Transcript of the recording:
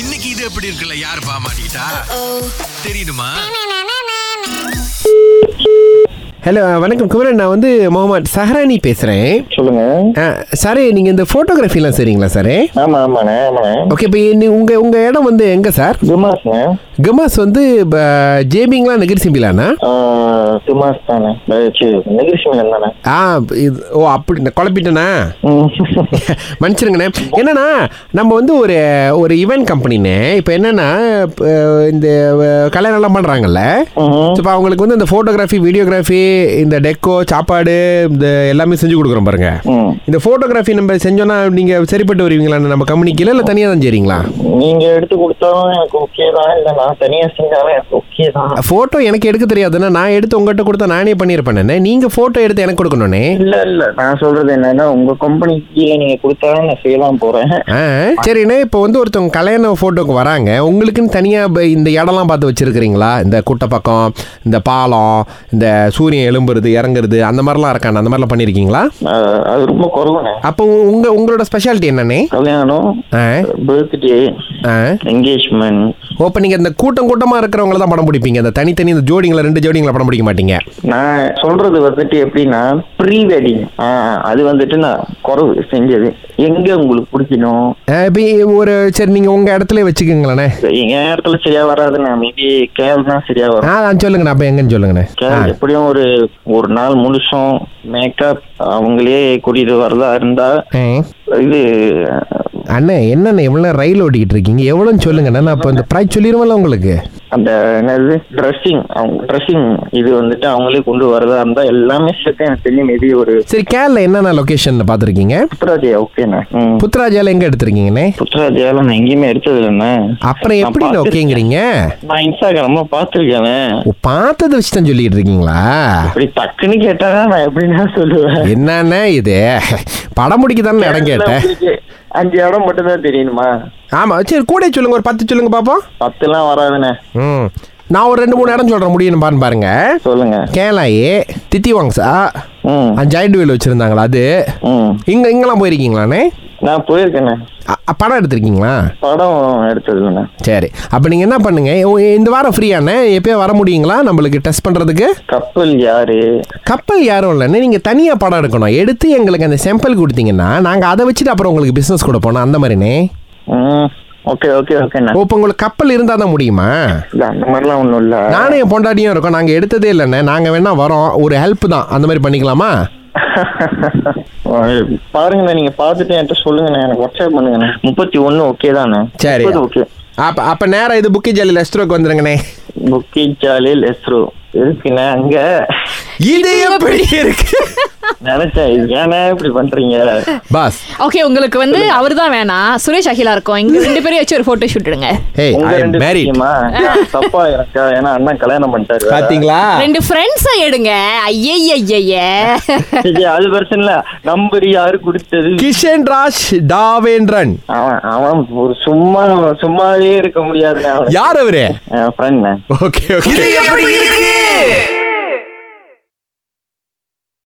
இன்னைக்கு இது எப்படி இருக்குல்ல யார் பாமாட்டா தெரியுமா ஹலோ வணக்கம் குமரன் நான் வந்து முகமது சஹரானி பேசுகிறேன் சொல்லுங்க சார் நீங்கள் இந்த ஃபோட்டோகிராஃபிலாம் சரிங்களா சார் ஆமா ஆமாண்ணே ஆமாண்ணே ஓகே இப்போ உங்கள் உங்கள் இடம் வந்து எங்கே சார் துமாஸ்ண்ணே கமாஸ் வந்து ப- ஜேபிங்களா நகர் சிம்பிளாண்ணா துமாஸ் தானே நெகிரிசிமன் தானே ஆ இது ஓ அப்படி நான் குழப்பிட்டேண்ணா மன்னிச்சிருங்கண்ணே என்னன்னா நம்ம வந்து ஒரு ஒரு ஈவென்ட் கம்பெனிண்ணே இப்போ என்னன்னா இப்ப, இந்த அஹ், கல்யாணம்லாம் பண்ணுறாங்கல்ல ம்ஹும். இப்போ அவங்களுக்கு வந்து இந்த ஃபோட்டோகிராஃபி வீடியோகிராஃபி இந்த டெக்கோ சாப்பாடு இந்த எல்லாமே செஞ்சு கொடுக்குறோம் பாருங்க ம். இந்த ஃபோட்டோகிராஃபி நம்ம செஞ்சோன்னா நீங்கள் சரிப்பட்டு வருவீங்களா நம்ம கம்பெனிக்கு இல்லை தனியாக தான் செய்றீங்களா நீங்க எடுத்து கொடுத்தாலும் எனக்கு ஓகே தான் இல்ல நான் தனியா செஞ்சாலும் எனக்கு ஓகே தான் ஃபோட்டோ எனக்கு எடுக்க தெரியாதுன்னா நான் எடுத்து உங்கள்கிட்ட கொடுத்தா நானே பண்ணியிருப்பேன் நீங்கள் ஃபோட்டோ எடுத்து எனக்கு கொடுக்கணுண்ணே இல்ல இல்ல நான் சொல்றது என்னன்னா உங்க கம்பெனி கீழே நீங்க கொடுத்தாலும் நான் செய்யலாம் போறேன் ஆ சரிண்ணே இப்போ வந்து ஒருத்தவங்க கல்யாண ஃபோட்டோக்கு வராங்க உங்களுக்குன்னு தனியாக இந்த இடம்லாம் பார்த்து வச்சுருக்கிறீங்களா இந்த குட்டப்பக்கம் இந்த பாலம் இந்த சூரியன் எழும்புறது இறங்குறது அந்த மாதிரிலாம் இருக்காண்ணா அந்த மாதிரிலாம் பண்ணியிருக்கீங்களா அஹ், அது ரொம்ப குறவுண்ணே அப்போ உங்க உங்களோட ஸ்பெஷாலிட்டி என்னண்ணே கல்யாணம் ஆ பர்த்டே ஆ என்கேஜ்மெண்ட் ஓ இப்போ நீங்கள் இந்த கூட்டம் கூட்டமாக இருக்கிறவங்கள தான் படம் பிடிப்பீங்க இந்த தனித்தனி இந்த ஜோடிங்களை ரெண்டு ஜோடிங்களை படம் பிடிக்க மாட்டீங்க நான் சொல்றது வந்துட்டு எப்படின்னா ப்ரீ வெட்டிங் அது வந்துட்டு நான் குறவு செஞ்சது எங்க உங்களுக்கு பிடிக்கணும் இப்போ ஒரு சரி நீங்கள் உங்கள் இடத்துல வச்சுக்கோங்களேண்ணே என் இடத்துல சரியா வராதுண்ணே மேபி கேவ் தான் சரியா வரும் ஆ ஆ, சொல்லுங்கண்ணே அப்போ எங்கன்னு சொல்லுங்கண்ணே ஆ கேவ் எப்படியும் ஒரு ஒரு நாள் முழுசும் மேக்கப் அவங்களே கூட்டிட்டு வரதா இருந்தா ஆ. இது அண்ணே என்னண்ணே எவ்வளோ ரயில் ஓட்டிக்கிட்டு இருக்கீங்க எவ்வளோன்னு சொல்லுங்கண்ணே நான் இப்போ இந்த ப்ரைஸ் சொல்லிடுவோம்ல உங்களுக்கு அந்த என்னது ட்ரெஸ்ஸிங் அவங்க ட்ரெஸ்ஸிங் இது வந்துட்டு அவங்களே கொண்டு வரதா இருந்தா எல்லாமே சேர்த்து எனக்கு தெரியும் மேபி ஒரு சரி கேரள என்னென்ன லொக்கேஷனில் பார்த்துருக்கீங்க புத்ராஜியா ஓகேண்ணே புத்ராஜால எங்கே எடுத்திருக்கீங்கண்ணே புத்ராஜியால நான் எங்கேயுமே எடுத்தது இல்லைண்ணே அப்புறம் நான் எப்படி பார்த்து- ஓகேங்கிறீங்க நான் இன்ஸ்டாகிராம பாத்துருக்கேனே ஓ, பார்த்ததை வச்சு தான் சொல்லிட்டு இருக்கீங்களா இப்படி டக்குன்னு கேட்டா நான் எப்படின்னா சொல்லுவேன் என்னண்ணே இது படம் முடிக்க தானே இடம் கேட்டேன் உங்களுக்கு அஞ்சு இடம் மட்டும் தான் தெரியணுமா ஆமாம் சரி கூட சொல்லுங்க ஒரு பத்து சொல்லுங்க பார்ப்போம் பத்துலாம் வராதுண்ணே ம் நான் ஒரு ரெண்டு மூணு இடம் சொல்கிறேன் முடியும் பாருங்க பாருங்க சொல்லுங்க கேலாயி தித்திவாங்ஸா ம் ஜாயிண்ட் வீல் வச்சுருந்தாங்களா அது ம் இங்கே இங்கெல்லாம் போயிருக்கீங்களாண்ணே நான் போயிருக்கேண்ணே அ- அ, படம் எடுத்திருக்கீங்களா படம் எடுத்தது இல்லைண்ணே சரி அப்போ நீங்கள் என்ன பண்ணுங்க ஓ, இந்த வாரம் ஃப்ரீயாண்ணே எப்பயோ வர முடியுங்களா நம்மளுக்கு டெஸ்ட் பண்ணுறதுக்கு கப்பல் யாரு கப்பல் யாரும் இல்லைண்ணே நீங்கள் தனியாக படம் எடுக்கணும் எடுத்து எங்களுக்கு அந்த சாம்பிள் கொடுத்தீங்கன்னா நாங்கள் அதை வச்சுட்டு அப்புறம் உங்களுக்கு பிஸ்னஸ் கொடுப்போம் அந்த மாதிரிண்ணே ம் ஓகே ஓகே ஓகேண்ணே ஓ, இப்போ உங்களுக்கு கப்பல் இருந்தால் தான் முடியுமா இல்ல அந்த மாதிரிலாம் ஒன்றும் இல்லை நானும் என் பொண்டாட்டியும் இருக்கோம் நாங்கள் எடுத்ததே இல்லைண்ணே நாங்கள் வேணா வரோம் ஒரு ஹெல்ப் தான் அந்த மாதிரி பண்ணிக்கலாமா பாருங்கண்ணே நீங்க பார்த்துட்டு என்கிட்ட சொல்லுங்கண்ணே எனக்கு வாட்ஸ்அப் பண்ணுங்கண்ணே முப்பத்தி ஒன்று ஓகே தானே சரி ஓகே அப்போ அப்போ நேரம் இது புக்கி ஜாலி லெஸ்ட்ரோக்கு வந்துருங்கண்ணே புக்கி ஜாலியில் எஸ்ரோ இருக்குண்ணே அங்க இது எப்படி இருக்கு நினைச்சேன் இது ஏண்ணே இப்படி பண்றீங்க பாஸ் ஓகே உங்களுக்கு வந்து அவர்தான் வேணாம் சுரேஷ் அகிலா இருக்கும் இங்க ரெண்டு பேரும் வச்சு ஒரு போட்டோ ஷூட் எடுங்க ஹேய் உங்க ஐ ரெண்டு மேரிட் பேருக்குமா? தப்பா எனக்கா ஏன்னா அண்ணன் கல்யாணம் பண்ணிட்டாரு வேற. பார்த்தீங்களா ரெண்டு ஃப்ரெண்ட்ஸ் எடுங்க ஐயய்யய்ய சரி, அது பிரச்சனை இல்ல நம்பர் யாரு கொடுத்தது கிஷன் ராஜ் டாவேந்திரன் அவன் அவன் ஒரு சும்மா சும்மாவே இருக்க முடியாது யார் அவரு என் ஃப்ரெண்ட் ஓகே ஓகே